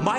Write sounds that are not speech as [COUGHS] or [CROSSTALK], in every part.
My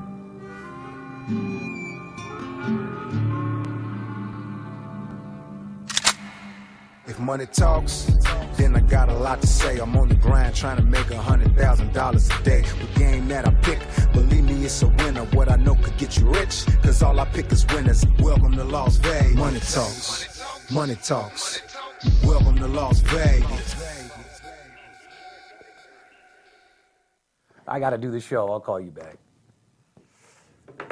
If money talks, then I got a lot to say. I'm on the grind trying to make a hundred thousand dollars a day. The game that I pick, believe me, it's a winner. What I know could get you rich, cause all I pick is winners. Welcome to Las Vegas. Money talks, money talks. Welcome to Las Vegas. I got to do the show. I'll call you back.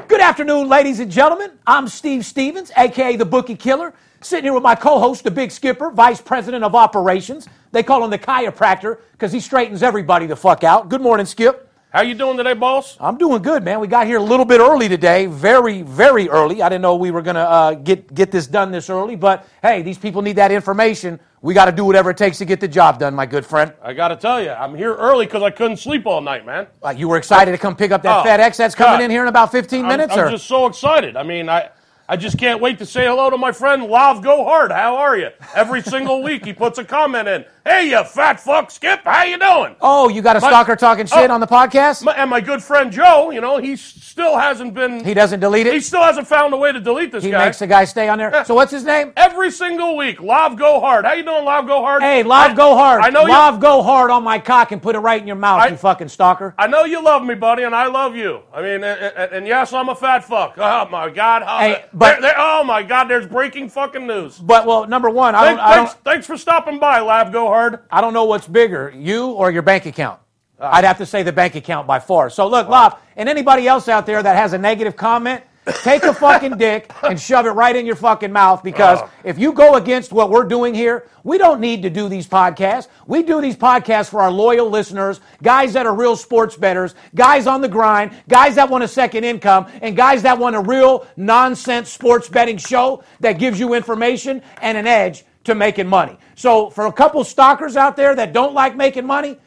Good afternoon, ladies and gentlemen. I'm Steve Stevens, aka the Bookie Killer, sitting here with my co-host, the Big Skipper, Vice President of Operations. They call him the chiropractor because he straightens everybody the fuck out. Good morning, Skip. How you doing today, boss? I'm doing good, man. We got here a little bit early today, very, very early. I didn't know we were gonna uh, get get this done this early, but hey, these people need that information. We got to do whatever it takes to get the job done, my good friend. I gotta tell you, I'm here early because I couldn't sleep all night, man. Uh, you were excited to come pick up that Oh, FedEx that's coming God. in here in about 15 I'm, minutes, I'm or just so excited. I mean, I I just can't wait to say hello to my friend Lav Go Hard. How are you? Every single week he puts a comment in. Hey, you fat fuck, Skip. How you doing? oh, you got a My- stalker talking shit Oh. on the podcast? My- and my good friend Joe, you know, he s- still hasn't been. He doesn't delete it. He still hasn't found a way to delete this He guy. makes the guy stay on there. So what's his name? Every single week, Lav Go Hard. How you doing, Lav Go Hard? Hey, live I- go hard. I know you- live go hard on my cock and put it right in your mouth, I- you fucking stalker. I know you love me, buddy, and I love you. I mean, and, and, and yes, I'm a fat fuck. Oh my god! Oh, Hey, but- there- there- oh my god, there's breaking fucking news. but well, number one, I don't, Thanks, I don't, thanks, thanks for stopping by, Lab Go Hard. I don't know what's bigger, you or your bank account. I'd have to say the bank account by far. So look, Lop, and anybody else out there that has a negative comment, take a fucking dick and shove it right in your fucking mouth because if you go against what we're doing here, we don't need to do these podcasts. We do these podcasts for our loyal listeners, guys that are real sports betters, guys on the grind, guys that want a second income, and guys that want a real nonsense sports betting show that gives you information and an edge to making money. So, for a couple stalkers out there that don't like making money,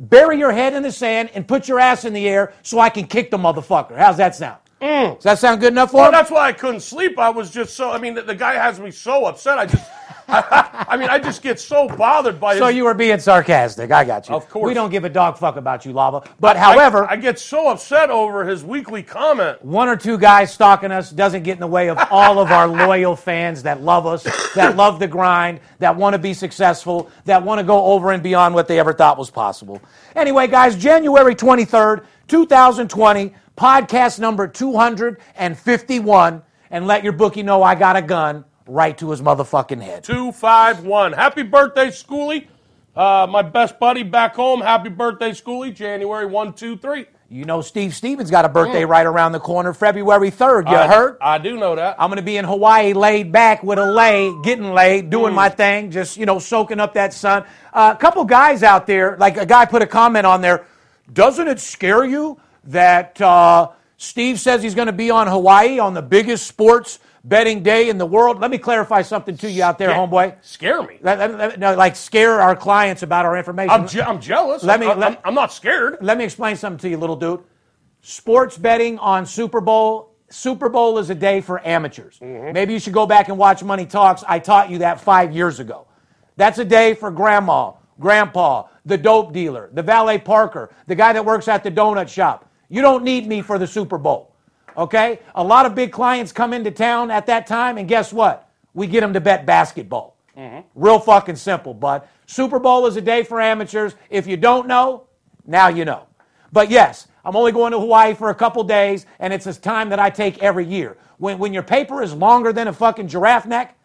bury your head in the sand and put your ass in the air so I can kick the motherfucker. How's that sound? Does that sound good enough for Mm. Well, him? that's why I couldn't sleep. I was just so. I mean, the, the guy has me so upset. I just. [LAUGHS] I, mean, I just get so bothered by. So his, you were being sarcastic. I got you. Of course. We don't give a dog fuck about you, Lava. But I- however, I, get so upset over his weekly comment. one or two guys stalking us doesn't get in the way of all of our loyal fans that love us, that love the grind, that want to be successful, that want to go over and beyond what they ever thought was possible. Anyway, guys, January 23rd, 2020, podcast number 251, and let your bookie know I got a gun right to his motherfucking head. Two five one. Happy birthday, Schoolie. Uh, my best buddy back home. Happy birthday, Schoolie. January one two three. You know, Steve Stevens got a birthday right around the corner, February 3rd. You I, heard? I do know that. I'm going to be in Hawaii, laid back with a lay, getting laid, doing Mm. my thing, just, you know, soaking up that sun. Uh, a couple guys out there, like a guy put a comment on there, doesn't it scare you that uh, Steve says he's going to be on Hawaii on the biggest sports betting day in the world? Let me clarify something to you out there, Yeah. homeboy. Scare me. Let- let- let- no, like, scare our clients about our information. I'm, je- I'm jealous. Let Let me- me, I'm, let- I'm, I'm not scared. Let me explain something to you, little dude. Sports betting on Super Bowl. Super Bowl is a day for amateurs. Maybe you should go back and watch Money Talks. I taught you that five years ago. That's a day for grandma, grandpa, the dope dealer, the valet parker, the guy that works at the donut shop. You don't need me for the Super Bowl. Okay? A lot of big clients come into town at that time, and guess what? We get them to bet basketball. Real fucking simple, bud. Super Bowl is a day for amateurs. If you don't know, now you know. But yes, I'm only going to Hawaii for a couple days, and it's a time that I take every year. When, when your paper is longer than a fucking giraffe neck,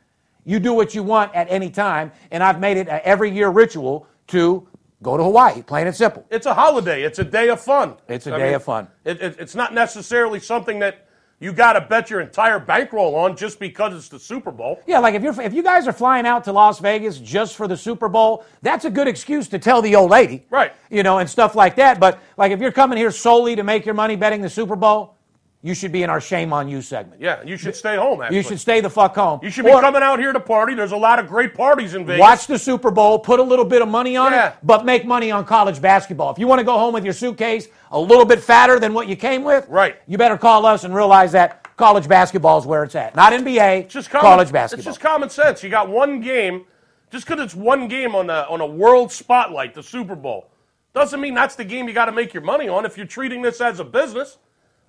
you do what you want at any time, and I've made it an every year ritual to go to Hawaii, plain and simple. It's a holiday. It's a day of fun. It's a I day of fun. It, it, it's not necessarily something that you got to bet your entire bankroll on just because it's the Super Bowl. Yeah, like if you're if you guys are flying out to Las Vegas just for the Super Bowl, that's a good excuse to tell the old lady, Right. You know, and stuff like that. But like if you're coming here solely to make your money betting the Super Bowl, you should be in our shame on you segment. Yeah, you should stay home. Actually, You should stay the fuck home. You should be Or coming out here to party. There's a lot of great parties in Vegas. Watch the Super Bowl, put a little bit of money on Yeah. it, but make money on college basketball. If you want to go home with your suitcase a little bit fatter than what you came with, Right. You better call us and realize that college basketball is where it's at. Not NBA, It's just common, college basketball. It's just common sense. You got one game, just because it's one game on a on a world spotlight, the Super Bowl, doesn't mean that's the game you got to make your money on. If you're treating this as a business,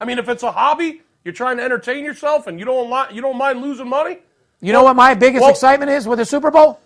I mean, if it's a hobby, you're trying to entertain yourself, and you don't li- you don't mind losing money. You know what my biggest Well- excitement is with the Super [COUGHS] Bowl?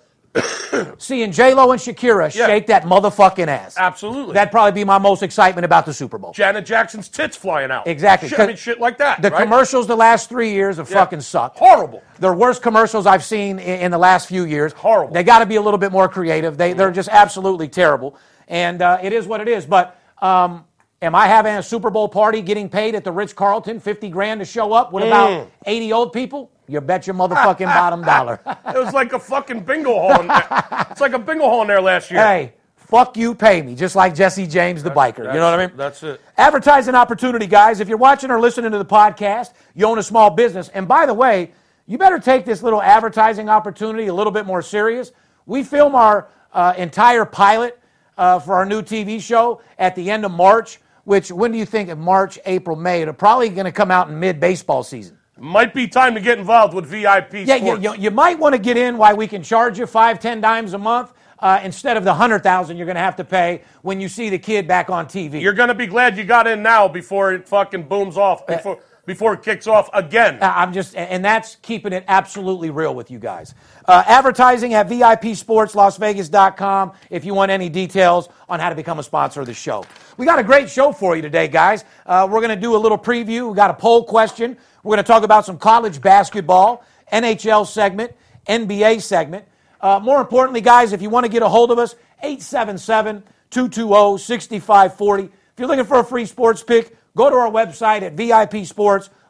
Seeing J Lo and Shakira Yeah. shake that motherfucking ass. Absolutely. That'd probably be my most excitement about the Super Bowl. Janet Jackson's tits flying out. Exactly. Shit, I mean, shit like that. The right? commercials the last three years have Yeah. fucking sucked. Horrible. They're worst commercials I've seen in, in the last few years. Horrible. They got to be a little bit more creative. They they're just absolutely terrible. And uh, it is what it is. But um, am I having a Super Bowl party, getting paid at the Ritz Carlton, fifty grand to show up? Mm. What about eighty old people? You bet your motherfucking bottom dollar. [LAUGHS] It was like a fucking bingo hall. In there. It's like a bingo hall in there last year. hey, fuck you, pay me. Just like Jesse James, the biker. You know what I mean? That's it. Advertising opportunity, guys. If you're watching or listening to the podcast, you own a small business. And by the way, you better take this little advertising opportunity a little bit more serious. We film our uh, entire pilot uh, for our new TV show at the end of March, which when do you think of March, April, May? It'll probably going to come out in mid baseball season. Might be time to get involved with VIP Yeah, you, sports. you, you might want to get in why we can charge you five, ten dimes a month uh, instead of the hundred thousand you're going to have to pay when you see the kid back on TV. You're gonna be glad you got in now before it fucking booms off Uh, before before it kicks off again. I- I'm just, and that's keeping it absolutely real with you guys. Uh, advertising at VIPSportsLasVegas.com if you want any details on how to become a sponsor of the show. We got a great show for you today, guys. Uh, we're going to do a little preview. We got a poll question. We're going to talk about some college basketball, NHL segment, NBA segment. Uh, more importantly, guys, if you want to get a hold of us, 877 220 6540. If you're looking for a free sports pick, go to our website at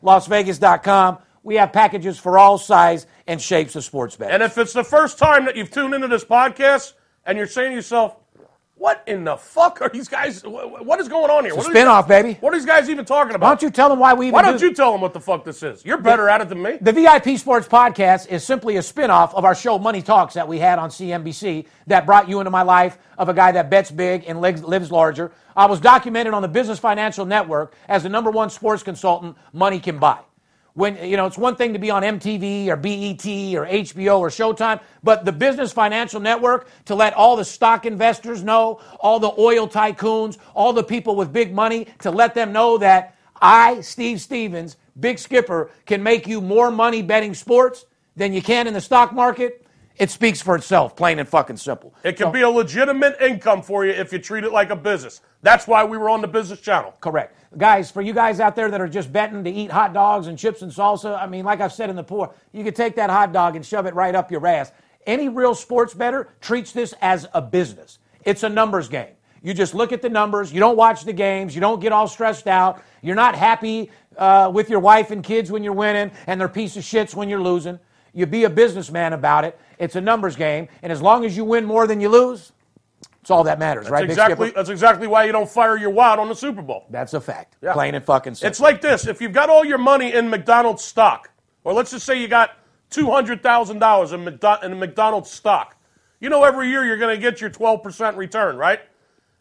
VIPSportsLasVegas.com. We have packages for all size and shapes of sports betting. and if it's the first time that you've tuned into this podcast and you're saying to yourself, "What in the fuck are these guys? wh- wh- What is going on here? What are these- spinoff, baby. What are these guys even talking Why about? don't you tell them why we even Why don't do- you tell them what the fuck this is? You're better at it than me. The VIP Sports Podcast is simply a spinoff of our show Money Talks that we had on CNBC that brought you into my life of a guy that bets big and lives- lives larger. I was documented on the Business Financial Network as the number one sports consultant money can buy. When you know it's one thing to be on MTV or BET or HBO or Showtime, but the Business Financial Network to let all the stock investors know, all the oil tycoons, all the people with big money to let them know that I, Steve Stevens, Big Skipper, can make you more money betting sports than you can in the stock market, it speaks for itself, plain and fucking simple. It can be a legitimate income for you if you treat it like a business. That's why we were on the business channel. Correct. Guys, for you guys out there that are just betting to eat hot dogs and chips and salsa, I mean, like I've said in the pour, you could take that hot dog and shove it right up your ass. Any real sports better treats this as a business. It's a numbers game. You just look at the numbers. You don't watch the games. You don't get all stressed out. You're not happy uh, with your wife and kids when you're winning, and they're piece of shits when you're losing. You be a businessman about it. It's a numbers game, and as long as you win more than you lose, it's all that matters, right? That's Big exactly, Skipper? that's exactly why you don't fire your wad on the Super Bowl. That's a fact. Plain and fucking simple. It's like this: if you've got all your money in McDonald's stock, or let's just say you got two hundred thousand dollars in McDo- in McDonald's stock, you know every year you're going to get your twelve percent return, right?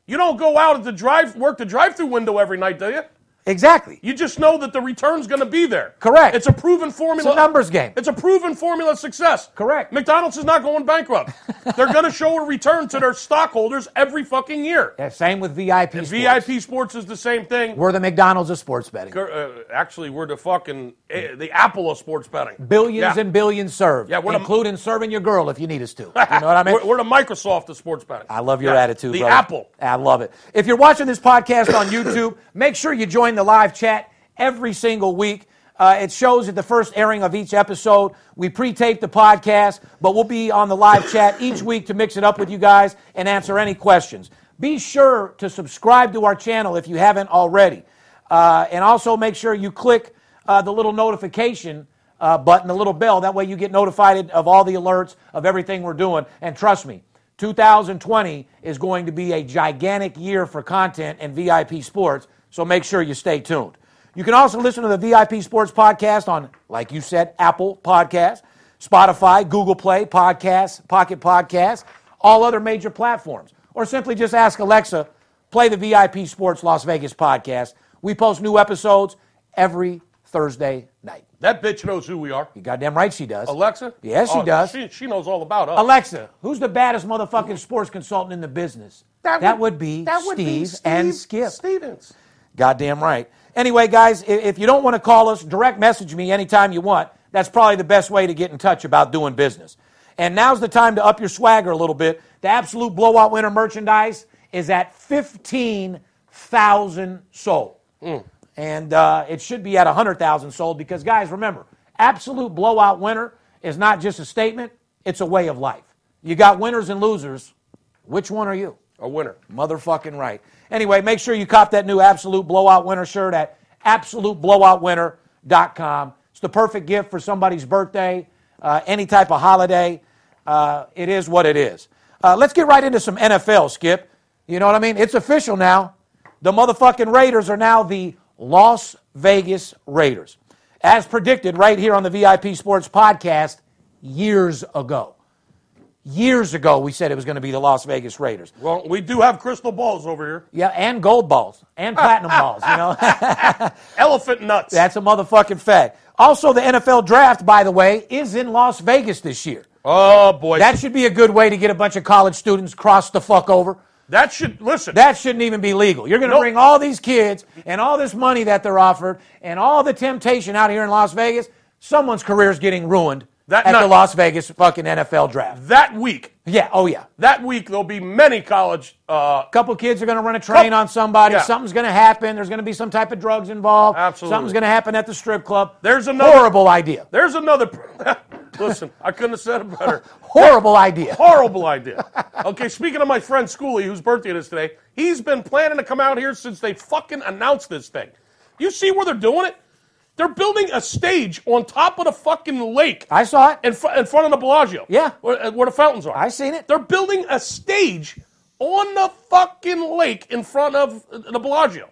You don't go out at the drive work the drive-through window every night, do you? exactly. You just know that the return's going to be there. Correct. It's a proven formula. It's a numbers game. It's a proven formula of success. Correct. McDonald's is not [LAUGHS] going bankrupt. They're going to show a return to their stockholders every fucking year. Yeah, same with VIP. sports. VIP Sports is the same thing. We're the McDonald's of sports betting. Uh, actually, we're the fucking uh, the Apple of sports betting. Billions Yeah. and billions served, Yeah, we're the- including serving your girl if you need us [LAUGHS] to. You know what I mean? We're, we're the Microsoft of sports betting. I love your Yeah. attitude. The brother. Apple. I love it. If you're watching this podcast [COUGHS] on YouTube, make sure you join the live chat every single week. Uh, it shows at the first airing of each episode. We pre-tape the podcast, but we'll be on the live [COUGHS] chat each week to mix it up with you guys and answer any questions. Be sure to subscribe to our channel if you haven't already, uh, and also make sure you click uh, the little notification uh, button, the little bell. That way, you get notified of all the alerts of everything we're doing. And trust me, 2020 is going to be a gigantic year for content and VIP sports, so make sure you stay tuned. You can also listen to the VIP Sports Podcast on, like you said, Apple Podcast, Spotify, Google Play, Podcasts, Pocket Podcasts, all other major platforms. Or simply just ask Alexa, play the VIP Sports Las Vegas podcast. We post new episodes every Thursday night. That bitch knows who we are. You goddamn right she does. Alexa? Yes, she Oh, does. She, she knows all about us. Alexa, who's the baddest motherfucking sports consultant in the business? That, would, be Steve and Skip. Stevens. Goddamn right. Anyway, guys, i- if you don't want to call us, direct message me anytime you want. That's probably the best way to get in touch about doing business. And now's the time to up your swagger a little bit. The absolute blowout winner merchandise is at 15,000 sold. And uh, it should be at 100,000 sold because, guys, remember, absolute blowout winner is not just a statement, it's a way of life. You got winners and losers. Which one are you? A winner. Motherfucking right. Anyway, make sure you cop that new Absolute Blowout Winner shirt at absoluteblowoutwinner.com. It's the perfect gift for somebody's birthday, uh, any type of holiday. Uh, it is what it is. Uh, let's get right into some NFL, Skip. You know what I mean? It's official now. The motherfucking Raiders are now the Las Vegas Raiders. As predicted right here on the VIP Sports Podcast years ago. Years ago, we said it was going to be the Las Vegas Raiders. Well, we do have crystal balls over here. Yeah, and gold balls [LAUGHS] and platinum balls. You know, [LAUGHS] Elephant nuts. that's a motherfucking fact. Also, the NFL draft, by the way, is in Las Vegas this year. oh, boy. That should be a good way to get a bunch of college students crossed the fuck over. that should, listen. That shouldn't even be legal. You're going to Nope. bring all these kids and all this money that they're offered and all the temptation out here in Las Vegas. Someone's career is getting ruined That at nut- the Las Vegas fucking NFL draft. that week, Yeah, oh yeah. that week, there'll be many college. Uh, couple kids are going to run a train Couple- on somebody. Yeah. Something's going to happen. There's going to be some type of drugs involved. Absolutely. Something's going to happen at the strip club. There's another- horrible idea. there's another. [LAUGHS] listen, I couldn't have said [LAUGHS] it better. Horrible idea. Horrible idea. Okay, speaking of my friend Schooley, whose birthday it is today, he's been planning to come out here since they fucking announced this thing. You see where they're doing it? They're building a stage on top of the fucking lake I saw it. in, fr- in front of the Bellagio. Yeah. Where, uh, where the fountains are. I seen it. They're building a stage on the fucking lake in front of uh, the Bellagio.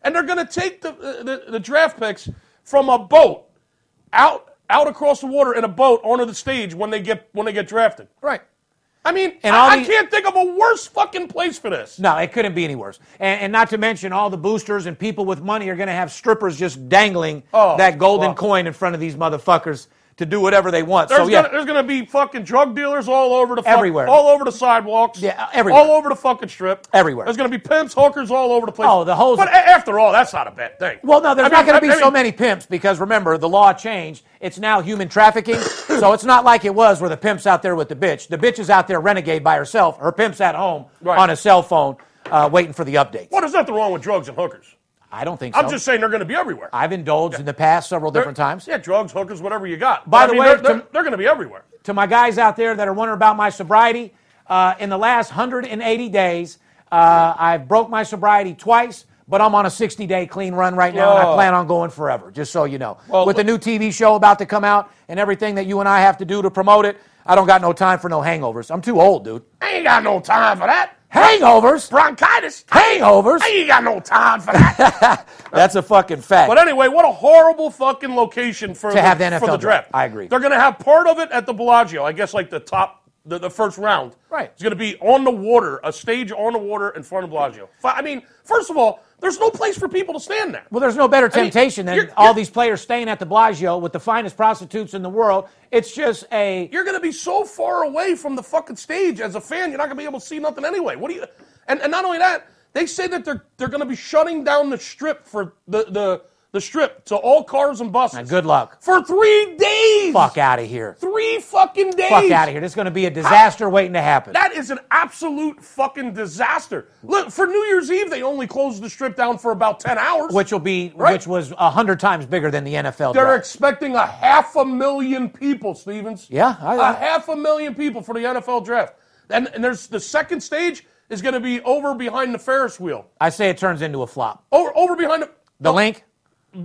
And they're going to take the, uh, the, the draft picks from a boat out out across the water in a boat onto the stage when they get when they get drafted. Right. I mean, And I, all I the- can't think of a worse fucking place for this. No, it couldn't be any worse. And, and not to mention, all the boosters and people with money are going to have strippers just dangling Oh, that golden fuck. coin in front of these motherfuckers to do whatever they want. There's, so yeah, gonna, there's gonna be fucking drug dealers all over the fuck, Everywhere. all over the sidewalks, Yeah, uh, everywhere. all over the fucking strip, Everywhere. There's gonna be pimps, hookers all over the place. Oh, the whole- But a- after all, that's not a bad thing. Well, no, there's I not mean, going I- to be I so mean, many pimps because remember the law changed. It's now human [COUGHS] trafficking, so it's not like it was where the pimp's out there with the bitch. The bitch is out there renegade by herself. Her pimp's at home Right. on a cell phone, uh, waiting for the update. Well, there's nothing wrong with drugs and hookers. I don't think so. I'm just saying they're gonna be everywhere. I've indulged in the past several different times. Yeah, drugs, hookers, whatever you By got. But, I the mean, way, they're, they're, to- they're gonna be everywhere. to my guys out there that are wondering about my sobriety, uh, in the last 180 days, uh, I broke my sobriety twice, but I'm on a 60 day clean run right now, and I Oh. plan on going forever, just so you know. Well, With the new TV show about to come out and everything that you and I have to do to promote it, I don't got no time for no hangovers. I'm too old, dude. I ain't got no time for that. Hangovers? Bronchitis. Hangovers? I ain't got no time [LAUGHS] for that. That's a fucking fact. But anyway, what a horrible fucking location for to the, have the NFL for the draft. draft. I agree. They're going to have part of it at the Bellagio. I guess like the top, the, the first round. Right. It's going to be on the water, a stage on the water in front of Bellagio. F- I mean, first of all, there's no place for people to stand there. Well, there's no better mean, temptation than you're- all you're- these players staying at the Bellagio with the finest prostitutes in the world. It's just a You're going to be so far away from the fucking stage as a fan, you're not going to be able to see nothing anyway. What do you? And, and not only that, they say that they're they're going to be shutting down the strip for the the. The strip to all cars and buses. good luck. For three days. Fuck out of here. Three fucking days. Fuck out of here. This is going to be a disaster waiting to happen. That is an absolute fucking disaster. Look, for New Year's Eve, they only closed the strip down for about 10 hours. which will be Right. which was a hundred times bigger than the NFL. They're draft. expecting a half a million people, Stevens. Yeah, I- a half a million people for the NFL draft. And, and there's the second stage is going to be over behind the Ferris wheel. I say it turns into a flop. Over, over behind the, The link.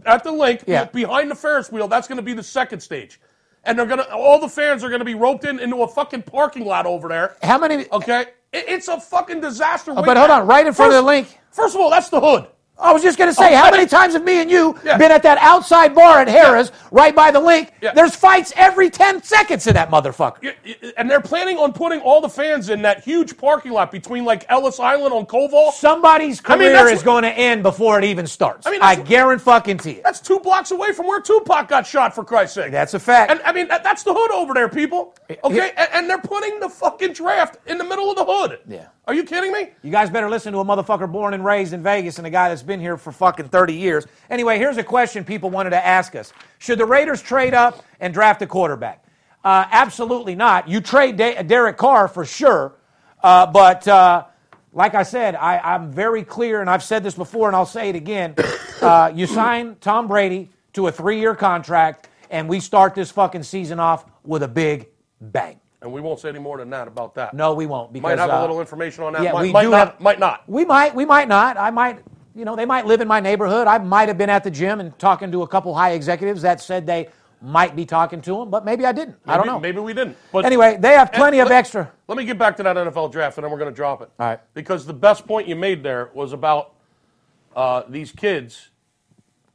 at the link Yeah. behind the Ferris wheel. That's going to be the second stage. And they're going to, all the fans are going to be roped in into a fucking parking lot over there. How many? Okay? It- it's a fucking disaster. but hold Oh, on, right in front of the link. First of all, that's the hood. I was just going to say, Oh, how I many didn't- times have me and you Yeah. been at that outside bar at Harris, right by the link? Yeah. There's fights every 10 seconds in that motherfucker. Y- y- And they're planning on putting all the fans in that huge parking lot between like Ellis Island on Koval. Somebody's I mean, career that's is what- going to end before it even starts. I, I mean, that's what- guarantee fucking to you. That's two blocks away from where Tupac got shot, for Christ's sake. That's a fact. And I mean, that, that's the hood over there, people. yeah. Okay? And, and they're putting the fucking draft in the middle of the hood. Yeah. Are you kidding me? You guys better listen to a motherfucker born and raised in Vegas and a guy that's been here for fucking 30 years. Anyway, here's a question people wanted to ask us Should the Raiders trade up and draft a quarterback? Uh, absolutely not. You trade De- Derek Carr for sure, uh, but uh, like I said, I, I'm very clear, and I've said this before, and I'll say it again. [COUGHS] Uh, you sign Tom Brady to a three year contract, and we start this fucking season off with a big bang. And we won't say any more than that about that. No, we won't. Because, Might have a uh, little information on that. yeah, might, we might do not, have- might not. We might, we might not. I might, you know, they might live in my neighborhood. I might have been at the gym and talking to a couple high executives that said they might be talking to them, but maybe I didn't. I don't Maybe- know. Maybe we didn't. But Anyway, they have And plenty of let- extra. Let me get back to that NFL draft, and then we're going to drop it. All right. Because the best point you made there was about uh, these kids.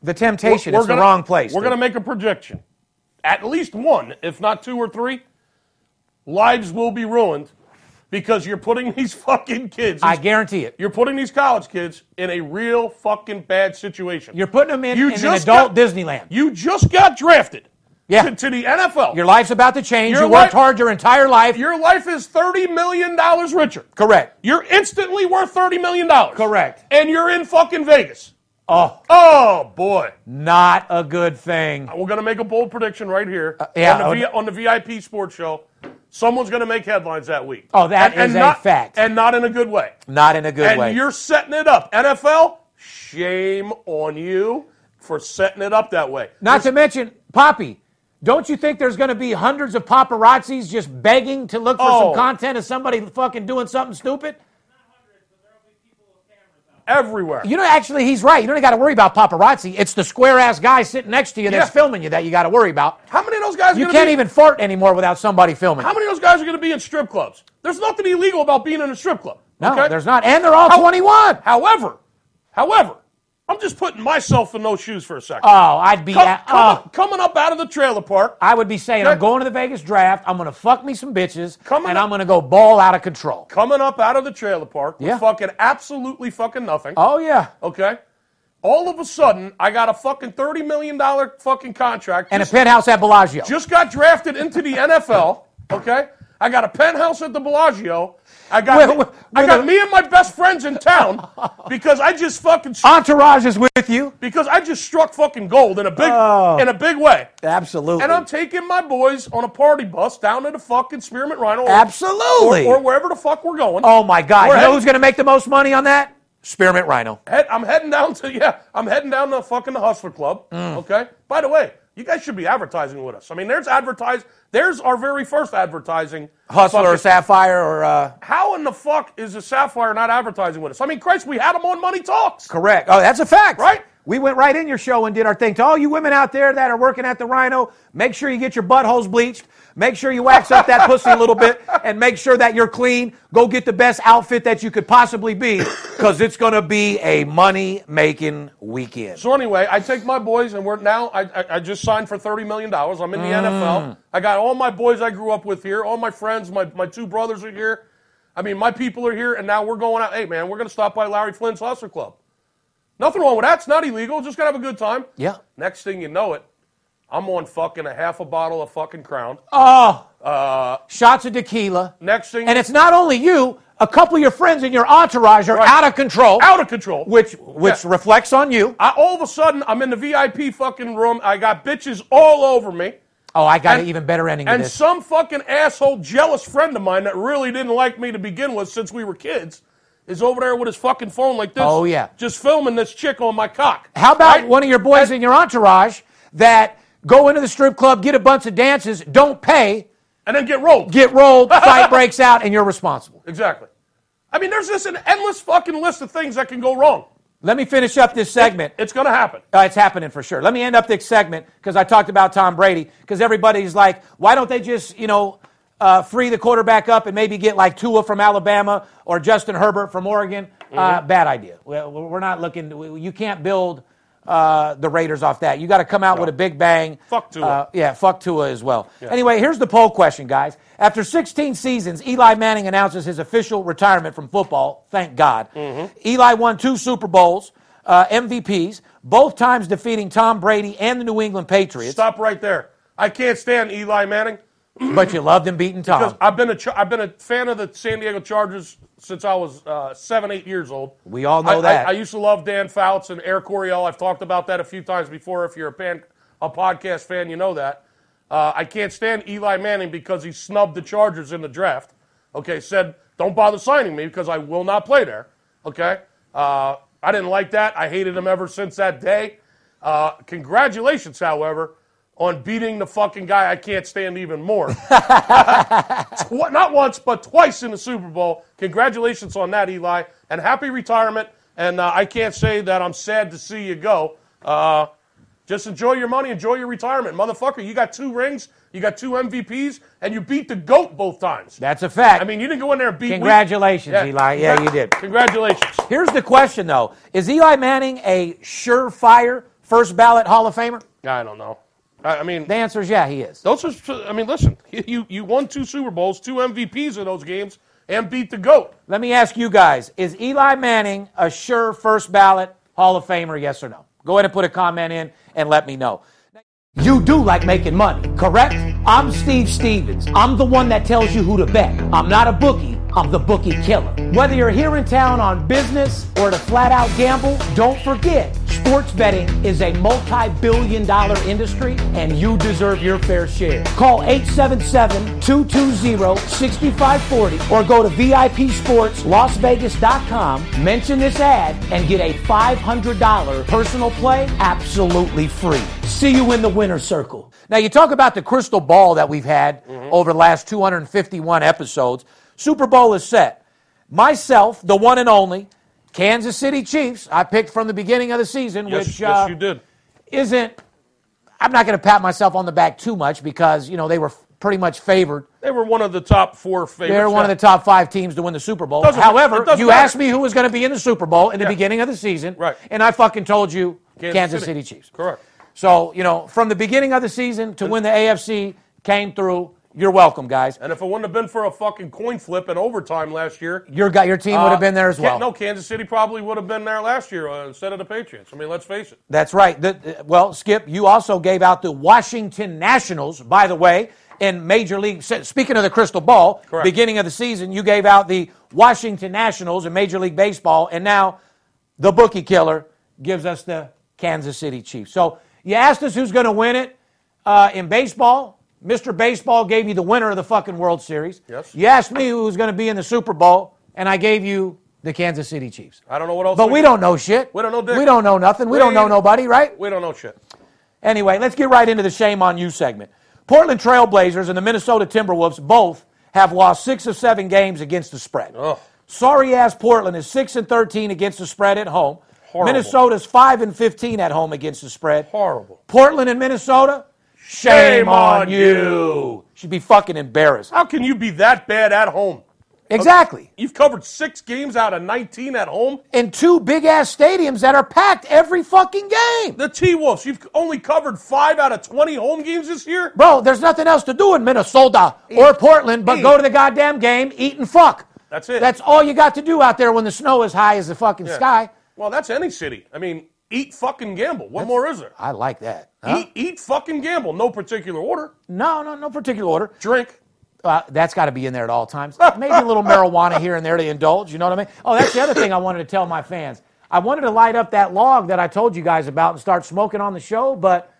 The temptation is gonna- the wrong place. We're dude. going to make a projection. At least one, if not two or three, lives will be ruined because you're putting [LAUGHS] these fucking kids. I guarantee it. you're putting these college kids in a real fucking bad situation. You're putting them in, You in an just adult got- Disneyland. you just got drafted Yeah. to, to the NFL. your life's about to change. Your You worked life- hard your entire life. Your life is thirty million dollars richer. Correct. You're instantly worth thirty million dollars. Correct. And you're in fucking Vegas. Oh, Oh boy. not a good thing. We're gonna make a bold prediction right here Uh, yeah, oh, on, the I would- V- on the VIP Sports Show. Someone's gonna make headlines that week. Oh, that that is is a fact. and not in a good way. Not in a good and way. you're setting it up. NFL, shame on you for setting it up that way. Not to mention, Poppy, don't you think there's going to be hundreds of paparazzis just begging to look for Oh. some content of somebody fucking doing something stupid? Everywhere. You know, actually, he's right. You don't got to worry about paparazzi. It's the square ass guy sitting next to you that's Yeah. filming you that you got to worry about. How many of those guys? Are You gonna can't be, even fart anymore without somebody filming. How many of those guys are gonna be in strip clubs? There's nothing illegal about being in a strip club. no, okay? there's not. And they're all 21. However, however, I'm just putting myself in those shoes for a second. Oh, I'd be. Come- at- come oh. up- coming up out of the trailer park, I would be saying, Okay. I'm going to the Vegas draft. I'm going to fuck me some bitches. Coming and up- I'm going to go ball out of control. coming up out of the trailer park with Yeah. fucking absolutely fucking nothing. Oh, yeah. Okay. All of a sudden, I got a fucking thirty million dollar fucking contract. And a just, penthouse at Bellagio. just got drafted into the NFL. Okay. I got a penthouse at the Bellagio. I got With- me, with- I with got a- me and my best friends [LAUGHS] in town because I just fucking Entourage is with you. because I just struck fucking gold in a big Oh. in a big way. Absolutely. And I'm taking my boys on a party bus down to the fucking Spearmint Rhino. or- Absolutely. Or, or wherever the fuck we're going. Oh my God! You We're know heading- who's going to make the most money on that? Spearmint Rhino. Head, I'm heading down to, yeah, I'm heading down to fucking the Hustler Club. Okay? By the way, you guys should be advertising with us. I mean, there's advertise, there's our very first advertising. Hustler or fucking- Sapphire or uh, How in the fuck is the Sapphire not advertising with us? I mean, Christ, we had them on Money Talks. correct. Oh, that's a fact. Right? We went right in your show and did our thing. To all you women out there that are working at the Rhino, make sure you get your buttholes bleached. Make sure you wax up [LAUGHS] that pussy a little bit, and make sure that you're clean. Go get the best outfit that you could possibly be, because it's going to be a money making weekend. So anyway, I take my boys, and we're now. I, I, I just signed for thirty million dollars. I'm in the Mm. NFL. I got all my boys I grew up with here. All my friends, my my two brothers are here. I mean, my people are here, and now we're going out. Hey, man, we're going to stop by Larry Flynn's Hustler Club. Nothing wrong with that. It's not illegal. Just gotta have a good time. Yeah. Next thing you know it, I'm on fucking a half a bottle of fucking Crown. Oh, shots of tequila. Next thing, And it's not only you, a couple of your friends in your entourage are Right. out of control. out of control. Which which Yeah. reflects on you. I, all of a sudden, I'm in the VIP fucking room. I got bitches all over me. Oh, I got And- an even better ending to And this. some fucking asshole jealous friend of mine that really didn't like me to begin with since we were kids is over there with his fucking phone like this. Oh, yeah. Just filming this chick on my cock. How about Right? one of your boys in your entourage that go into the strip club, get a bunch of dances, don't pay, And then get rolled. get [LAUGHS] rolled, fight breaks out, and you're responsible. exactly. I mean, there's just an endless fucking list of things that can go wrong. Let me finish up this segment. It's going to happen. Uh, it's happening for sure. Let me end up this segment because I talked about Tom Brady because everybody's like, why don't they just, you know, uh, free the quarterback up and maybe get like Tua from Alabama or Justin Herbert from Oregon Mm-hmm. uh, bad idea. We- We're not looking. we- You can't build uh, the Raiders off that. You got to come out with a big bang. Fuck Tua. Uh, yeah, fuck Tua as well. Anyway, here's the poll question, guys. After 16 seasons, Eli Manning announces his official retirement from football. Thank God. Mm-hmm. Eli won two Super Bowls, uh, MVPs, both times defeating Tom Brady and the New England Patriots. Stop right there. I can't stand Eli Manning. But you loved him beating Because Tom. I've been a Char- I've been a fan of the San Diego Chargers since I was uh, seven eight years old. We all know I- I- that. I, used to love Dan Fouts and Eric Coryell. I've talked about that a few times before. If you're a pan, a podcast fan, you know that. Uh, I can't stand Eli Manning because he snubbed the Chargers in the draft. Okay, said don't bother signing me because I will not play there. Okay, uh, I didn't like that. I hated him ever since that day. Uh, congratulations, however, on beating the fucking guy I can't stand even more tw- not once, but twice in the Super Bowl. Congratulations on that, Eli, and happy retirement. And uh, I can't say that I'm sad to see you go. Uh, just enjoy your money, enjoy your retirement, motherfucker. You got two rings, you got two MVPs, and you beat the goat both times. That's a fact. I mean, you didn't go in there and beat. Congratulations, Yeah. Eli. Yeah, you did. Congratulations. Here's the question, though. Is Eli Manning a surefire first ballot Hall of Famer? I don't know. I, I mean, The answer is yeah, he is. Those are, I mean, listen, you, you won two Super Bowls, two MVPs in those games, and beat the GOAT. Let me ask you guys is Eli Manning a sure first ballot Hall of Famer, yes or no? Go ahead and put a comment in and let me know. You do like making money, correct? I'm Steve Stevens. I'm the one that tells you who to bet. I'm not a bookie, I'm the bookie killer. Whether you're here in town on business or to flat out gamble, don't forget sports betting is a multi billion dollar industry and you deserve your fair share. Call 877 220 6540 or go to VIPSportsLasVegas.com, mention this ad, and get a $500 personal play absolutely free. See you in the winner's circle. Now, you talk about the crystal ball that we've had Mm-hmm. over the last 251 episodes. Super Bowl is set. Myself, the one and only, Kansas City Chiefs, I picked from the beginning of the season, Yes, which uh, yes, you did. isn't. I'm not going to pat myself on the back too much because, you know, they were f- pretty much favored They were one of the top four favorites. they're one of the top five teams to win the Super Bowl. Doesn't- However, it doesn't you matter. asked me who was going to be in the Super Bowl in the Yeah. beginning of the season, Right. And I fucking told you Kansas, Kansas City. City. Chiefs. Correct. So you know, from the beginning of the season to when the AFC came through, you're welcome, guys. And if it wouldn't have been for a fucking coin flip in overtime last year, Your guy, your team would have been there as Ca- well. Uh, No, Kansas City probably would have been there last year uh, instead of the Patriots. I mean, let's face it. That's right. The- uh, well, Skip, you also gave out the Washington Nationals, by the way, in Major League. se- Speaking of the crystal ball, Correct. beginning of the season, you gave out the Washington Nationals in Major League Baseball, and now the bookie killer gives us the Kansas City Chiefs. So you asked us who's going to win it uh, in baseball. Mr. Baseball gave you the winner of the fucking World Series. Yes. You asked me who was going to be in the Super Bowl, and I gave you the Kansas City Chiefs. I don't know what else. But we do. don't know shit. We don't know dick. We don't know nothing. We, don't know We- nobody, right? We don't know shit. Anyway, let's get right into the shame on you segment. Portland Trailblazers and the Minnesota Timberwolves both have lost six of seven games against the spread. Ugh. Sorry ass Portland is six and thirteen against the spread at home. Horrible. Minnesota's five and fifteen at home against the spread. Horrible. Portland and Minnesota, shame, Shame on, on you. Should be fucking embarrassed. How can you be that bad at home? Exactly. You've covered six games out of 19 at home. In two big ass stadiums that are packed every fucking game. The T Wolves, you've only covered five out of 20 home games this year. Bro, there's nothing else to do in Minnesota or Portland but Eat. go to the goddamn game, eat and fuck. That's it. That's all you got to do out there when the snow is high as the fucking Yeah. sky. Well, that's any city. I mean, eat fucking gamble. What more is there? I like that. Huh? Eat, eat fucking gamble. No particular order. No, no, no particular order. Drink. Uh, that's got to be in there at all times. Maybe a little marijuana here and there to indulge. You know what I mean? Oh, that's the other thing I wanted to tell my fans. I wanted to light up that log that I told you guys about and start smoking on the show, but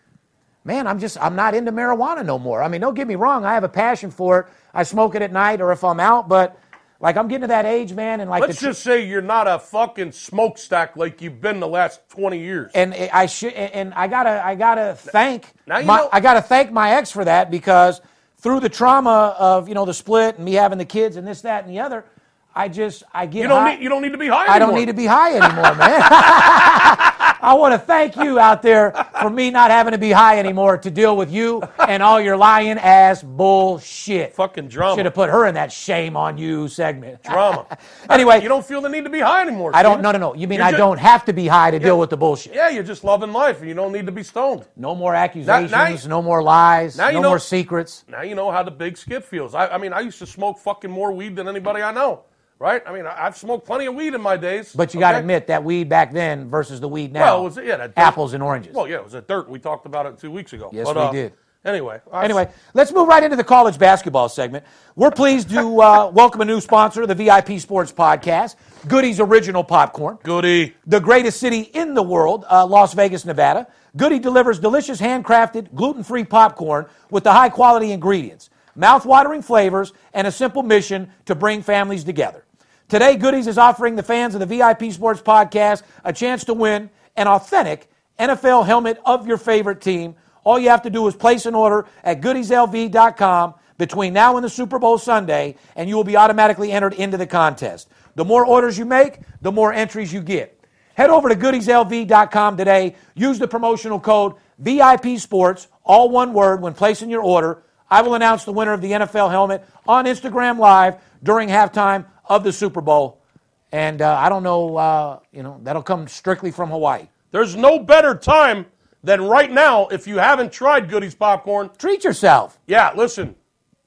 man, I'm just I'm not into marijuana no more. I mean, don't get me wrong, I have a passion for it. I smoke it at night or if I'm out, but like I'm getting to that age, man, and like Let's the just say you're not a fucking smokestack like you've been the last 20 years. and it- I should and and I gotta I gotta thank Now you my, know- I gotta thank my ex for that because through the trauma of you know the split and me having the kids and this that and the other, I just I get You don't high. need you don't need to be high I [LAUGHS] anymore. don't need to be high anymore, man. I want to thank you out there for me not having to be high anymore to deal with you and all your lying ass bullshit. Fucking drama. Should have put her in that shame on you segment. drama. [LAUGHS] Anyway, you don't feel the need to be high anymore. I don't. Steve. No, no, no. You mean You're I ju- don't have to be high to deal with the bullshit? Yeah, you're just loving life, and you don't need to be stoned. No more accusations. no more lies. now you no know- more secrets. Now you know how the big skip feels. I, I mean, I used to smoke fucking more weed than anybody I know, right? I mean, I, I've smoked plenty of weed in my days. But you got to okay? admit that weed back then versus the weed now. Well, it was- yeah, that- apples and oranges. Well, yeah, it was a dirt. We talked about it two weeks ago. Yes, but, we uh, did. Anyway, I- Anyway, let's move right into the college basketball segment. We're pleased to uh, welcome a new sponsor, the VIP Sports Podcast, Goody's Original Popcorn. goody. the greatest city in the world, uh, Las Vegas, Nevada. Goody delivers delicious handcrafted, gluten free popcorn with the high quality ingredients, mouth-watering flavors, and a simple mission to bring families together. Today, Goody's is offering the fans of the VIP Sports Podcast a chance to win an authentic NFL helmet of your favorite team. All you have to do is place an order at goodieslv.com between now and the Super Bowl Sunday, and you will be automatically entered into the contest. The more orders you make, the more entries you get. Head over to goodieslv.com today. Use the promotional code VIP Sports, all one word, when placing your order. I will announce the winner of the NFL helmet on Instagram Live during halftime of the Super Bowl. And uh, I don't know, uh, you know, that'll come strictly from Hawaii. There's no better time than right now if you haven't tried Goody's popcorn. Treat yourself. Yeah, listen.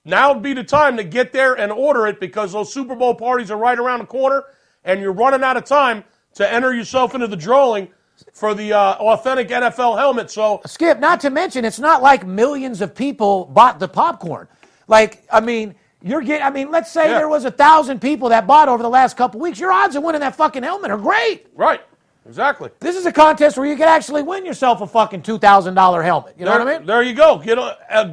Now would be the time to get there and order it because those Super Bowl parties are right around the corner, and you're running out of time to enter yourself into the drawing for the uh, authentic NFL helmet. So Skip, not to mention, it's not like millions of people bought the popcorn. Like, I mean, you're getting, I mean, let's say Yeah. there was a thousand people that bought over the last couple weeks. Your odds of winning that fucking helmet are great. right, exactly. This is a contest where you can actually win yourself a fucking $2,000 helmet. You know there, what I mean? there you go. Get a, a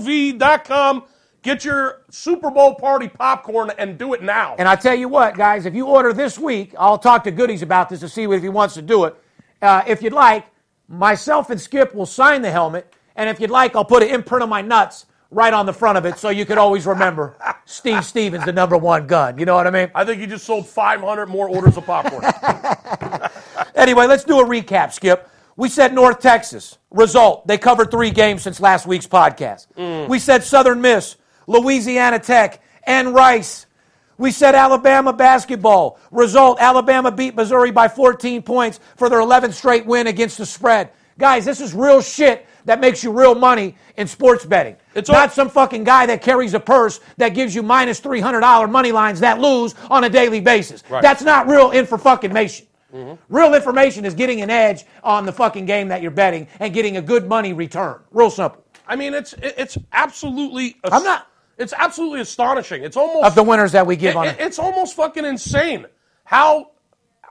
goodieslv.com. Get your Super Bowl party popcorn and do it now. And I tell you what, guys, if you order this week, I'll talk to Goodies about this to see if he wants to do it. Uh, if you'd like, myself and Skip will sign the helmet. And if you'd like, I'll put an imprint on my nuts right on the front of it so you can always remember Steve Stevens, the number one gun. You know what I mean? I think you just sold 500 more orders of popcorn. [LAUGHS] Anyway, let's do a recap, Skip. We said North Texas. Result, they covered three games since last week's podcast. Mm. We said Southern Miss, Louisiana Tech, and Rice. We said Alabama basketball. Result, Alabama beat Missouri by 14 points for their 11th straight win against the spread. Guys, this is real shit that makes you real money in sports betting. It's It's all- not some fucking guy that carries a purse that gives you minus $300 money lines that lose on a daily basis. Right. That's not real info fucking information. Mm-hmm. Real information is getting an edge on the fucking game that you're betting and getting a good money return. Real simple. I mean, it's it- it's absolutely. ast- I'm not- It's absolutely astonishing. It's almost Of the winners that we give It- on it- it's almost fucking insane how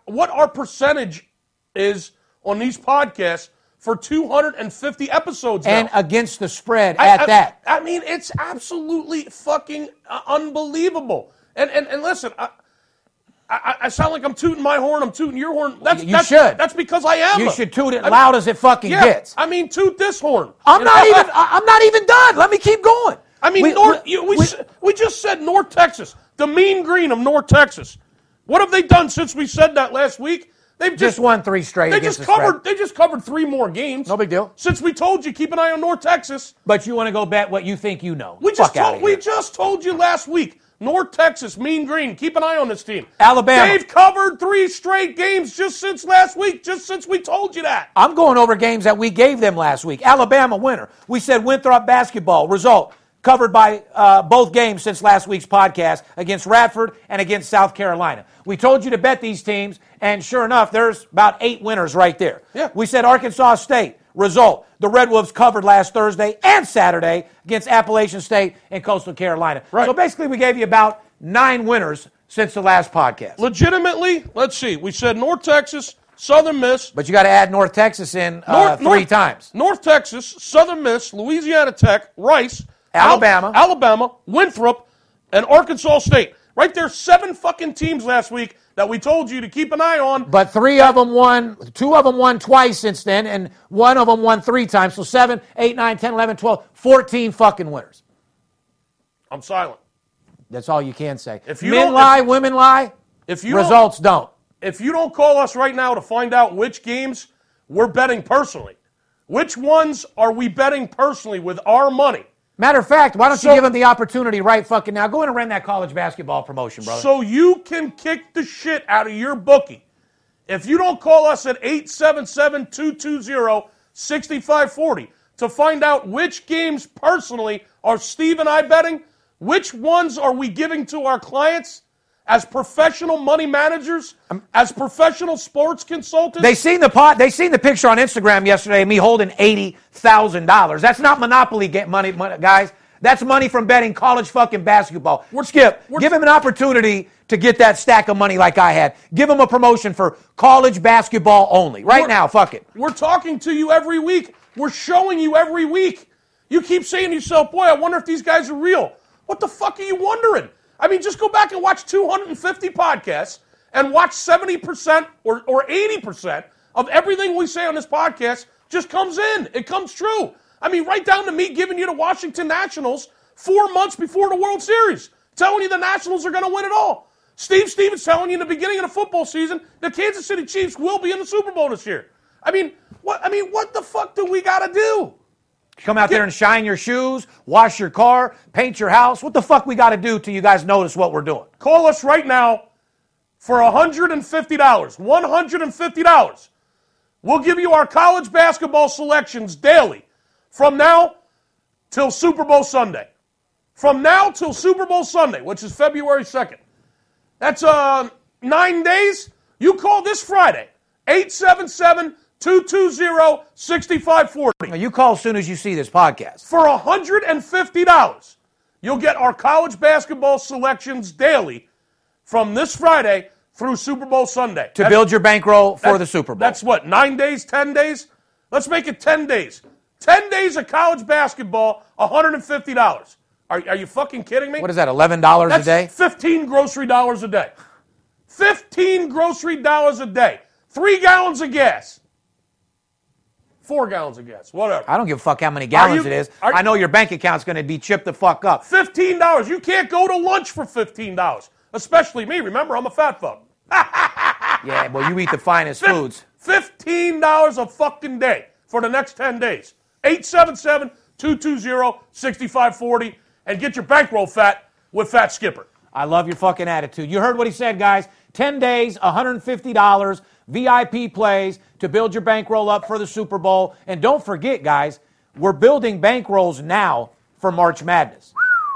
what our percentage is on these podcasts for 250 episodes and now. against the spread I- at I- that. I mean, it's absolutely fucking uh, unbelievable. And and, and listen, I, I I sound like I'm tooting my horn. I'm tooting your horn. That's You that's, should. That's because I am. You a- should toot it I mean- loud as it fucking yeah, gets. I mean, toot this horn. I'm You not know? even. I- I'm not even done. Let me keep going. I mean, We- North, we- you- we, we- s- we just said North Texas, the mean green of North Texas. What have they done since we said that last week? They've just, just won three straight. They against just the spread. covered. They just covered three more games. No big deal. Since we told you, keep an eye on North Texas. But you want to go bet what you think you know. We just Fuck outta told, we here. just told you last week. North Texas, mean green. Keep an eye on this team. Alabama. They've covered three straight games just since last week. Just since we told you that. I'm going over games that we gave them last week. Alabama winner. We said Winthrop basketball result covered by uh, both games since last week's podcast against Radford and against South Carolina. We told you to bet these teams, and sure enough, there's about eight winners right there. Yeah. We said Arkansas State result. The Red Wolves covered last Thursday and Saturday against Appalachian State and Coastal Carolina. Right. So basically, we gave you about nine winners since the last podcast. Legitimately, let's see. We said North Texas, Southern Miss, but you got to add North Texas in uh, North- three North- times. North Texas, Southern Miss, Louisiana Tech, Rice, Alabama. Al- Alabama, Winthrop, and Arkansas State. Right there, seven fucking teams last week that we told you to keep an eye on. But three of them won, two of them won twice since then, and one of them won three times. So seven, eight, nine, 10, 11, 12, 14 fucking winners. I'm silent. That's all you can say. If you Men don't- lie, women lie, If you results don't. don't, if you don't call us right now to find out which games we're betting personally, Which ones are we betting personally with our money? Matter of fact, why don't So- you give him the opportunity right fucking now? Go in and run that college basketball promotion, brother. So you can kick the shit out of your bookie. If you don't call us at 877 220 6540 to find out which games personally are Steve and I betting, which ones are we giving to our clients as professional money managers, as professional sports consultants? they seen the pot. They seen the picture on Instagram yesterday. of Me holding eighty thousand dollars. That's not monopoly get money, money, guys. That's money from betting college fucking basketball. Skip, we're- give him an opportunity to get that stack of money like I had. Give him a promotion for college basketball only. Right We're- now, fuck it. We're talking to you every week. We're showing you every week. You keep saying to yourself, boy, I wonder if these guys are real. What the fuck are you wondering? I mean, just go back and watch 250 podcasts and watch 70% or, or 80% of everything we say on this podcast just comes in. It comes true. I mean, right down to me giving you the Washington Nationals four months before the World Series, telling you the Nationals are going to win it all. Steve Stevens telling you in the beginning of the football season the Kansas City Chiefs will be in the Super Bowl this year. I mean, what I mean, what the fuck do we gotta do? Come out there and shine your shoes, wash your car, paint your house. What the fuck we got to do till you guys notice what we're doing? Call us right now for $150. $150. We'll give you our college basketball selections daily from now till Super Bowl Sunday. From now till Super Bowl Sunday, which is February 2nd. That's uh, nine days. You call this Friday, 877 220 6540. Now, You call as soon as you see this podcast. For $150, you'll get our college basketball selections daily from this Friday through Super Bowl Sunday. to build your bankroll for the Super Bowl. That's what, nine days, 10 days? Let's make it 10 days. 10 days of college basketball, $150. Are, are you fucking kidding me? what is that? Eleven dollars a That's day. 15 grocery dollars a day. 15 grocery dollars a day. Three gallons of gas. Four gallons of gas, whatever. I don't give a fuck how many gallons you- it is. are- I know your bank account's going to be chipped the fuck up. Fifteen dollars. You can't go to lunch for fifteen dollars. Especially me. Remember, I'm a fat fuck. Yeah, well, you eat the [LAUGHS] finest foods. Fifteen dollars a fucking day for the next ten days. 877-220-6540 and get your bankroll fat with Fat Skipper. I love your fucking attitude. You heard what he said, guys. Ten days, one hundred and fifty dollars, VIP plays to build your bankroll up for the Super Bowl. And don't forget, guys, we're building bankrolls now for March Madness.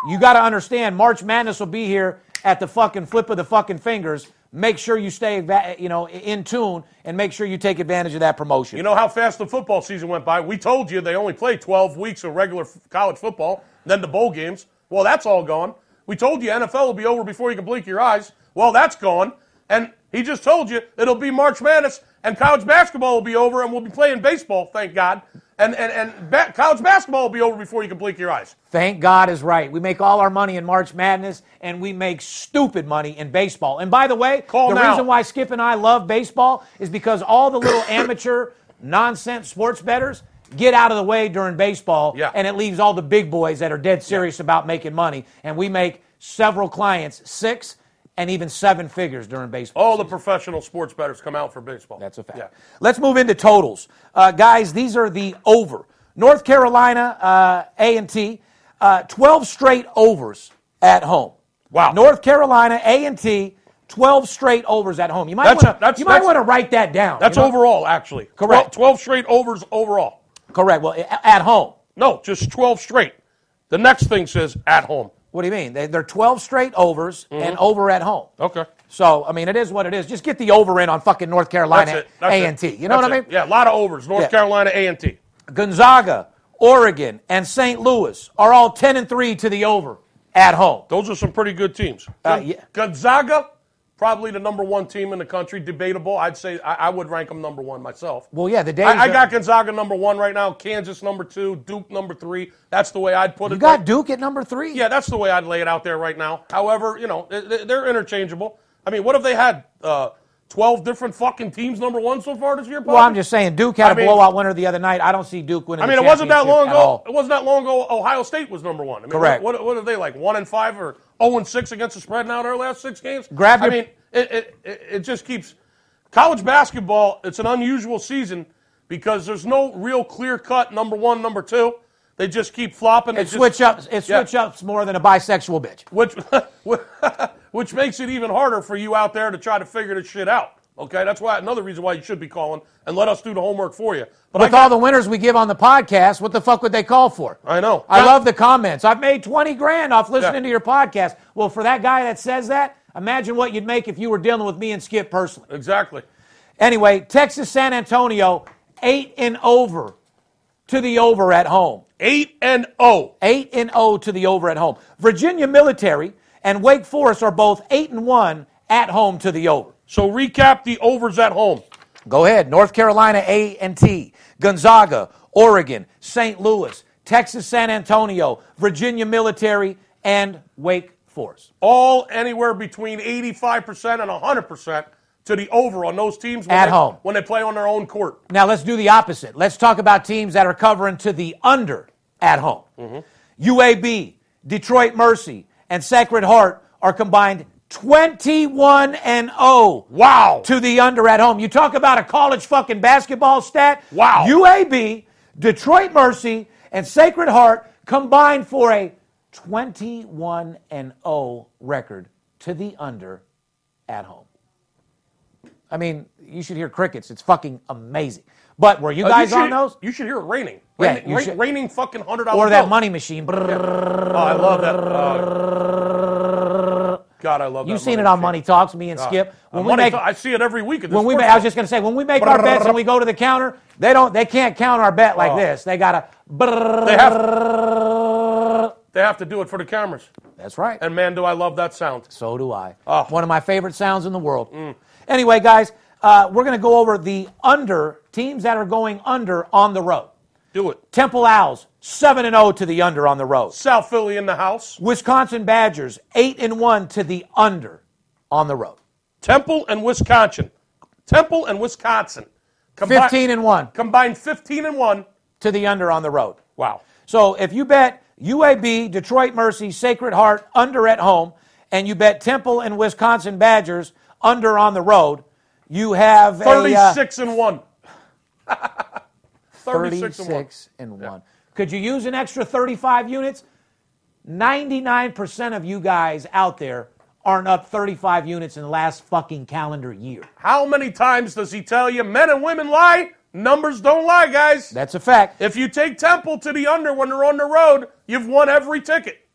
You got to understand, March Madness will be here at the fucking flip of the fucking fingers. Make sure you stay, va- you know, in tune and make sure you take advantage of that promotion. You know how fast the football season went by? We told you they only play 12 weeks of regular f- college football, then the bowl games. Well, that's all gone. We told you NFL will be over before you can blink your eyes. Well, that's gone. And he just told you it'll be March Madness and college basketball will be over and we'll be playing baseball, thank God. And, and, and ba- college basketball will be over before you can blink your eyes. Thank God is right. We make all our money in March Madness, and we make stupid money in baseball. And by the way, Call the now. reason why Skip and I love baseball is because all the little [COUGHS] amateur nonsense sports betters get out of the way during baseball, Yeah. and it leaves all the big boys that are dead serious about making money. And we make several clients six and even seven figures during baseball. All the professional sports bettors come out for baseball. That's a fact. Yeah. Let's move into totals, uh, guys. These are the over. North Carolina A and T, uh, twelve straight overs at home. Wow. North Carolina A and T, twelve straight overs at home. You might That's- want to that's- you might that's- want to write that down. That's you know? overall, actually. Correct. 12, straight overs overall. Correct. Well, a- at home. No, just 12 straight. The next thing says at home. What do you mean? They, they're twelve straight overs and over at home. Mm-hmm. Okay. So I mean, it is what it is. Just get the over in on fucking North That's Carolina it. A That's it. and T. You know That's what I it. mean? Yeah, a lot of overs. North Yeah. Carolina A and T. Gonzaga, Oregon, and St. Louis are all 10 and 3 to the over at home. Those are some pretty good teams. Uh, Gon- yeah. Gonzaga, probably the number one team in the country. Debatable. I'd say I, I would rank them number one myself. Well, yeah, the days I, I are- got Gonzaga number one right now. Kansas number two. Duke number three. That's the way I'd put it. You got right- Duke at number 3? Yeah, that's the way I'd lay it out there right now. However, you know they- they're interchangeable. I mean, what if they had uh, twelve different fucking teams number one so far this year? Well, I'm just saying Duke had I a mean- blowout winner the other night. I don't see Duke winning I mean, the it wasn't that championship long at ago. all. It wasn't that long ago. Ohio State was number one. I mean, Correct. What, what are they like? One and five or zero and six against the spread now in their last six games? Grab I your- mean, it, it, it, it just keeps college basketball. It's an unusual season because there's no real clear cut number one, number two. They just keep flopping. They It just- switch ups. It Yeah. switch ups more than a bisexual bitch. which [LAUGHS] which makes it even harder for you out there to try to figure this shit out. Okay, that's why another reason why you should be calling and let us do the homework for you. But I With all the winners we give on the podcast, what the fuck would they call for? I know. I Yeah. love the comments. I've made 20 grand off listening Yeah. to your podcast. Well, for that guy that says that, imagine what you'd make if you were dealing with me and Skip personally. exactly. Anyway, Texas San Antonio, eight and over to the over at home. Eight and oh. 8 and 0 to the over at home. Virginia Military and Wake Forest are both 8 and 1 at home to the over. So recap the overs at home. Go ahead. North Carolina A and T, Gonzaga, Oregon, St. Louis, Texas San Antonio, Virginia Military and Wake Forest. All anywhere between 85% and 100% to the over on those teams when At they- home. when they play on their own court. Now let's do the opposite. Let's talk about teams that are covering to the under at home. UAB, Detroit Mercy, and Sacred Heart are combined 21 and oh. 0 Wow. Uh, to the under at home. You talk about a college fucking basketball stat. Wow. UAB, Detroit Mercy, and Sacred Heart combined for a 21 and 0 record to the under at home. I mean, you should hear crickets. It's fucking amazing. But were you Uh, guys you should, on those? You should hear it raining. Yeah, Rain- you rain- should. raining fucking $100 Or that bills. money machine. Brrrr. Oh, I love that. Oh. God, I love that. You've seen it on Money Talks, me and Skip. When When we make Uh, I see it every week. At this when we, ma- sports I was book. just gonna say, when we make our bets and we go to the counter, they don't, they can't count our bet like this. They gotta. they have, they have to do it for the cameras. That's right. And man, do I love that sound. so do I. Oh. One of my favorite sounds in the world. Anyway, guys, uh, we're gonna go over the under teams that are going under on the road. Do it. Temple Owls seven and zero to the under on the road. South Philly in the house. Wisconsin Badgers eight and one to the under on the road. Temple and Wisconsin. Temple and Wisconsin. Combi- Fifteen and one Combined 15 and 1. to the under on the road. Wow. So if you bet UAB, Detroit Mercy, Sacred Heart under at home, and you bet Temple and Wisconsin Badgers under on the road, you have a uh, 36 and [LAUGHS] 1. 36 and 1. 36 and 1. Could you use an extra 35 units? 99% of you guys out there aren't up 35 units in the last fucking calendar year. How many times does he tell you men and women lie? Numbers don't lie, guys. That's a fact. If you take Temple to the under when they're on the road, you've won every ticket.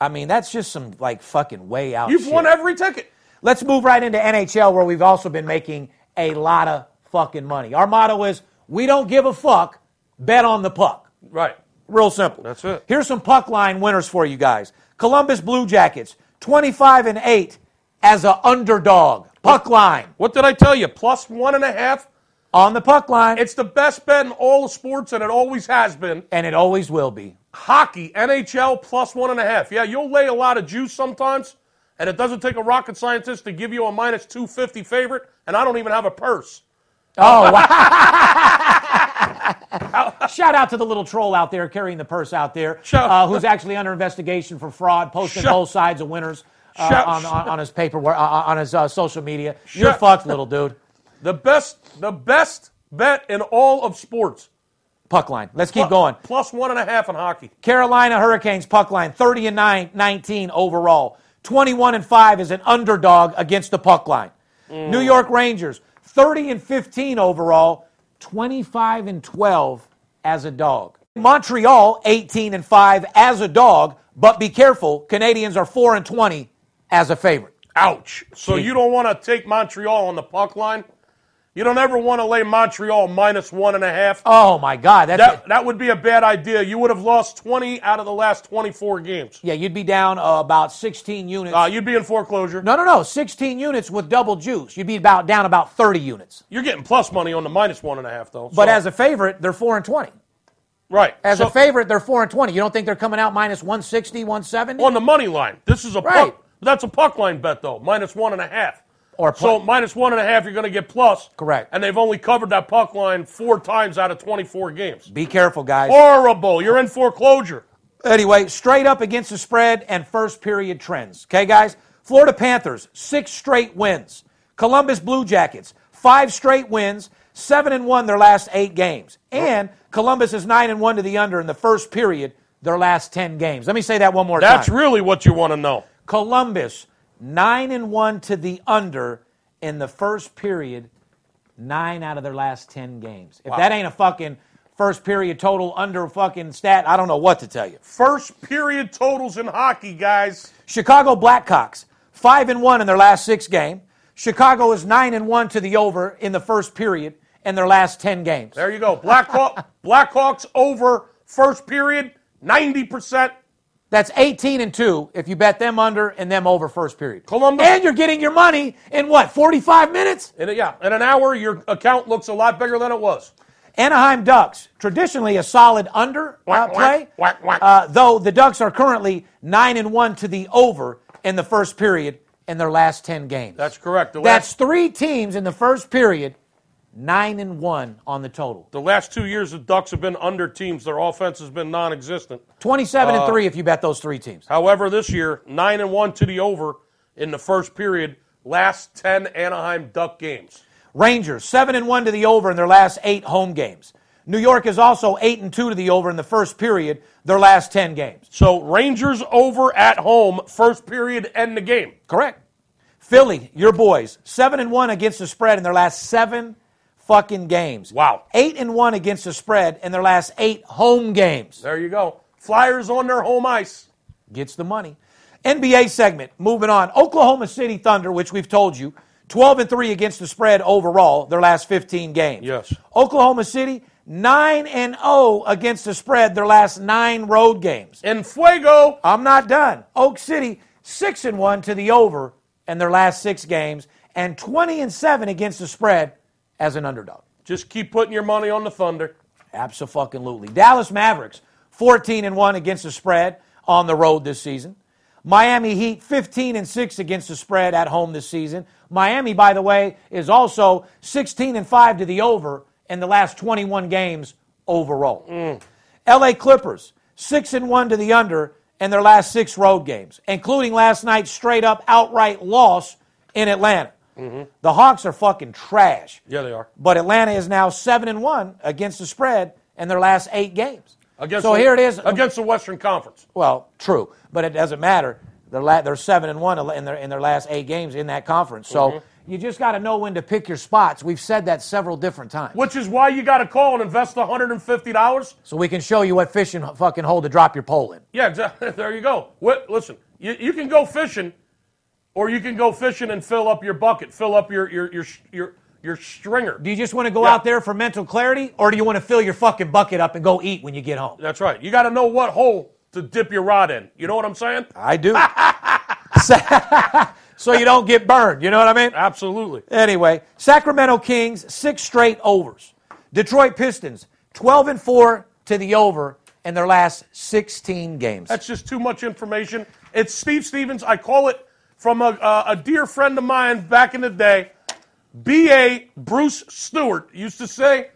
I mean, that's just some like fucking way out You've shit. won every ticket. Let's move right into NHL, where we've also been making a lot of fucking money. Our motto is we don't give a fuck, bet on the puck. Right. Real simple. That's it. Here's some puck line winners for you guys Columbus Blue Jackets, 25 and 8 as an underdog. Puck line. What did I tell you? Plus one and a half. On the puck line. It's the best bet in all of sports, and it always has been. and it always will [LAUGHS] be. Hockey, NHL, plus one and a half. Yeah, you'll lay a lot of juice sometimes, and it doesn't take a rocket scientist to give you a minus 250 favorite, and I don't even have a purse. Oh, wow. Shout out to the little troll out there carrying the purse out there, Shout- uh, who's actually under investigation for fraud, posting Shout- both sides of winners uh, Shout- on, on, on his paperwork, uh, on his uh, social media. You're Shout- fucked, little dude. The best, the best bet in all of sports. Puck line. Let's keep going. Plus one and a half in hockey. Carolina Hurricanes puck line 30 and 9, 19 overall. 21 and 5 is an underdog against the puck line. New York Rangers 30 and 15 overall, 25 and 12 as a dog. Montreal 18 and 5 as a dog, but be careful, Canadians are 4 and 20 as a favorite. Ouch. So you don't want to take Montreal on the puck line. You don't ever want to lay Montreal minus one and a half. Oh my god, that's That, that would be a bad idea. You would have lost 20 out of the last 24 games. Yeah, you'd be down uh, about 16 units. Uh, you'd be in foreclosure. no, no, no, 16 units with double juice. You'd be about down about 30 units. You're getting plus money on the minus one and a half, though. But So- as a favorite, they're 4 and 20. right As So, a favorite, they're 4 and 20. You don't think they're coming out minus 160, 170? on the money line, this is a Right. puck. That's a puck line bet, though. Minus one and a half. Or pl- so minus one and a half, you're going to get plus. Correct. And they've only covered that puck line four times out of 24 games. Be careful, guys. Horrible. You're in foreclosure. Anyway, straight up against the spread and first period trends. Okay, guys? Florida Panthers, six straight wins. Columbus Blue Jackets, five straight wins. Seven and one their last eight games, and Columbus is nine and one to the under in the first period their last ten games. Let me say that one more That's time. really what you want to know. Columbus nine and one to the under in the first period, nine out of their last ten games. If that ain't a fucking first period total under fucking stat, I don't know what to tell you. First period totals in hockey, guys. Chicago Blackhawks, five and one in their last six game. Chicago is nine and one to the over in the first period in their last ten games. There you go. [LAUGHS] Blackhawk, Blackhawks over first period, 90%. That's eighteen and two if you bet them under and them over first period. Columbus- and you're getting your money in what forty-five minutes? In a, yeah, in an hour, your account looks a lot bigger than it was. Anaheim Ducks, traditionally a solid under uh, Whack, play, whack, whack, whack. Uh, though the Ducks are currently nine and one to the over in the first period in their last ten games. That's correct. The That's last, three teams in the first period, nine and one on the total. the last two years, the Ducks have been under teams. Their offense has been non existent. Twenty-seven Uh, and three if you bet those three teams. However, this year, 9 and 1 to the over in the first period, last 10 Anaheim Duck games. Rangers seven and one to the over in their last eight home games. New York is also eight and two to the over in the first period, their last ten games. So Rangers over at home, first period, end the game. Correct. Philly, your boys, seven and one against the spread in their last seven fucking games. Wow. Eight and one against the spread in their last eight home games. There you go. Flyers on their home ice. Gets the money. NBA segment. Moving on. Oklahoma City Thunder, which we've told you, twelve and three against the spread overall their last fifteen games. Yes. Oklahoma City. 9 and 0 against the spread their last 9 road games. And Fuego. I'm not done. Oak City six and one to the over in their last six games, and twenty and seven against the spread as an underdog. Just keep putting your money on the Thunder. Absolutely. Dallas Mavericks fourteen and one against the spread on the road this season. Miami Heat 15 and 6 against the spread at home this season. Miami by the way is also 16 and 5 to the over in the last 21 games overall. LA Clippers, 6 and 1 to the under in their last 6 road games, including last night's straight up outright loss in Atlanta. The Hawks are fucking trash. Yeah, they are. But Atlanta is now 7 and 1 against the spread in their last 8 games. Against so the- here it is. Against the Western Conference. Well, true, but it doesn't matter. They're, la- they're seven and one in their in their last eight games in that conference. So you just got to know when to pick your spots. We've said that several different times, Which is why you got to call and invest $150. so we can show you what fish and fucking hole to drop your pole in. Yeah, exactly. [LAUGHS] there you go. What, listen, you, you can go fishing or you can go fishing and fill up your bucket, fill up your, your, your, your, your stringer. Do you just want to go Yeah. out there for mental clarity, or do you want to fill your fucking bucket up and go eat when you get home? That's right. You got to know what hole to dip your rod in. You know what I'm saying? I do. [LAUGHS] so, [LAUGHS] so you don't get burned. You know what I mean? Absolutely. Anyway, Sacramento Kings, six straight overs. Detroit Pistons, 12 and 4 to the over in their last 16 games. That's just too much information. It's Steve Stevens. I call it from a, uh, a dear friend of mine back in the day. B.A. Bruce Stewart used to say,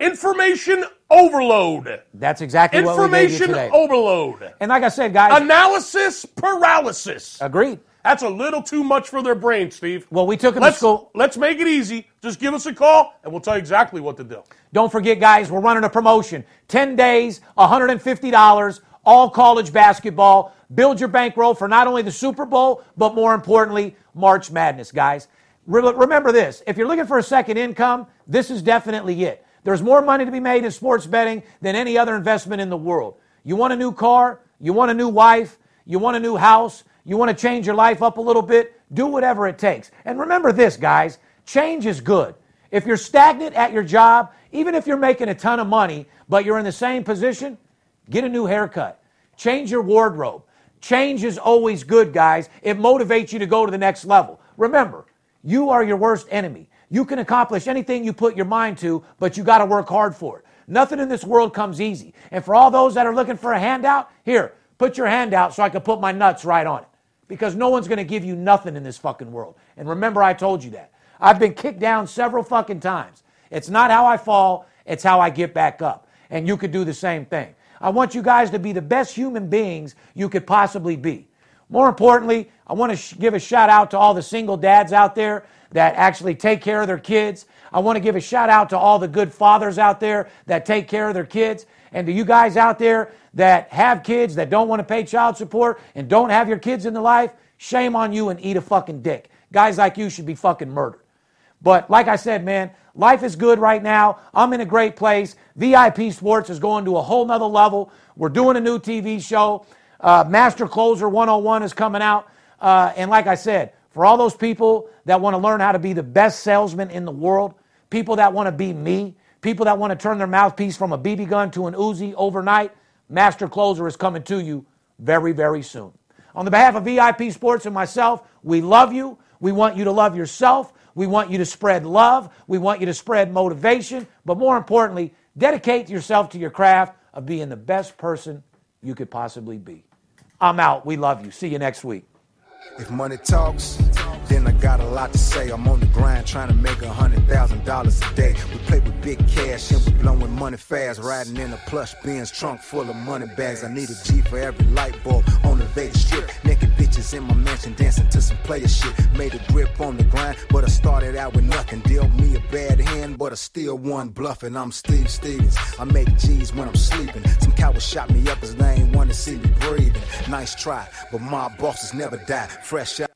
information overload. That's exactly what we gave you Information today. overload. and like I said, guys, Analysis paralysis. agreed. That's a little too much for their brain, Steve. Well, we took them let's, to school. let's make it easy. Just give us a call, and we'll tell you exactly what to do. Don't forget, guys, we're running a promotion. 10 days, $150, all college basketball. Build your bankroll for not only the Super Bowl, but more importantly, March Madness, guys. Re- remember this if you're looking for a second income, this is definitely it. There's more money to be made in sports betting than any other investment in the world. You want a new car, you want a new wife, you want a new house, you want to change your life up a little bit, do whatever it takes. And remember this, guys change is good. If you're stagnant at your job, even if you're making a ton of money, but you're in the same position, get a new haircut. Change your wardrobe. Change is always good, guys. It motivates you to go to the next level. Remember, you are your worst enemy. You can accomplish anything you put your mind to, but you got to work hard for it. Nothing in this world comes easy. And for all those that are looking for a handout, here, put your hand out so I can put my nuts right on it because no one's going to give you nothing in this fucking world. And remember, I told you that. I've been kicked down several fucking times. It's not how I fall, it's how I get back up. And you could do the same thing. I want you guys to be the best human beings you could possibly be. More importantly, I want to sh- give a shout out to all the single dads out there that actually take care of their kids. I want to give a shout out to all the good fathers out there that take care of their kids and to you guys out there that have kids that don't want to pay child support and don't have your kids in the life. Shame on you and eat a fucking dick. Guys like you should be fucking murdered. But like I said, man, life is good right now. I'm in a great place. VIP Sports is going to a whole nother level. We're doing a new TV show. Uh, Master Closer 101 is coming out. Uh, and like I said, for all those people that want to learn how to be the best salesman in the world, people that want to be me, people that want to turn their mouthpiece from a BB gun to an Uzi overnight, Master Closer is coming to you very, very soon. On the behalf of VIP Sports and myself, we love you. We want you to love yourself. We want you to spread love. We want you to spread motivation. But more importantly, dedicate yourself to your craft of being the best person you could possibly be. I'm out. We love you. See you next week. If money talks, then I got a lot to say. I'm on the grind trying to make a hundred thousand dollars a day. We play with big cash and we blowing money fast. Riding in a plush Benz trunk full of money bags. I need a G for every light bulb on the Vegas strip. Naked bitches in my mansion dancing to some player shit. Made a grip on the grind, but I started out with nothing. Dealt me a bad hand, but I still won bluffing. I'm Steve Stevens. I make G's when I'm sleeping. Some coward shot me up 'cause they ain't want to see me breathing. Nice try, but my bosses never die. Fresh out.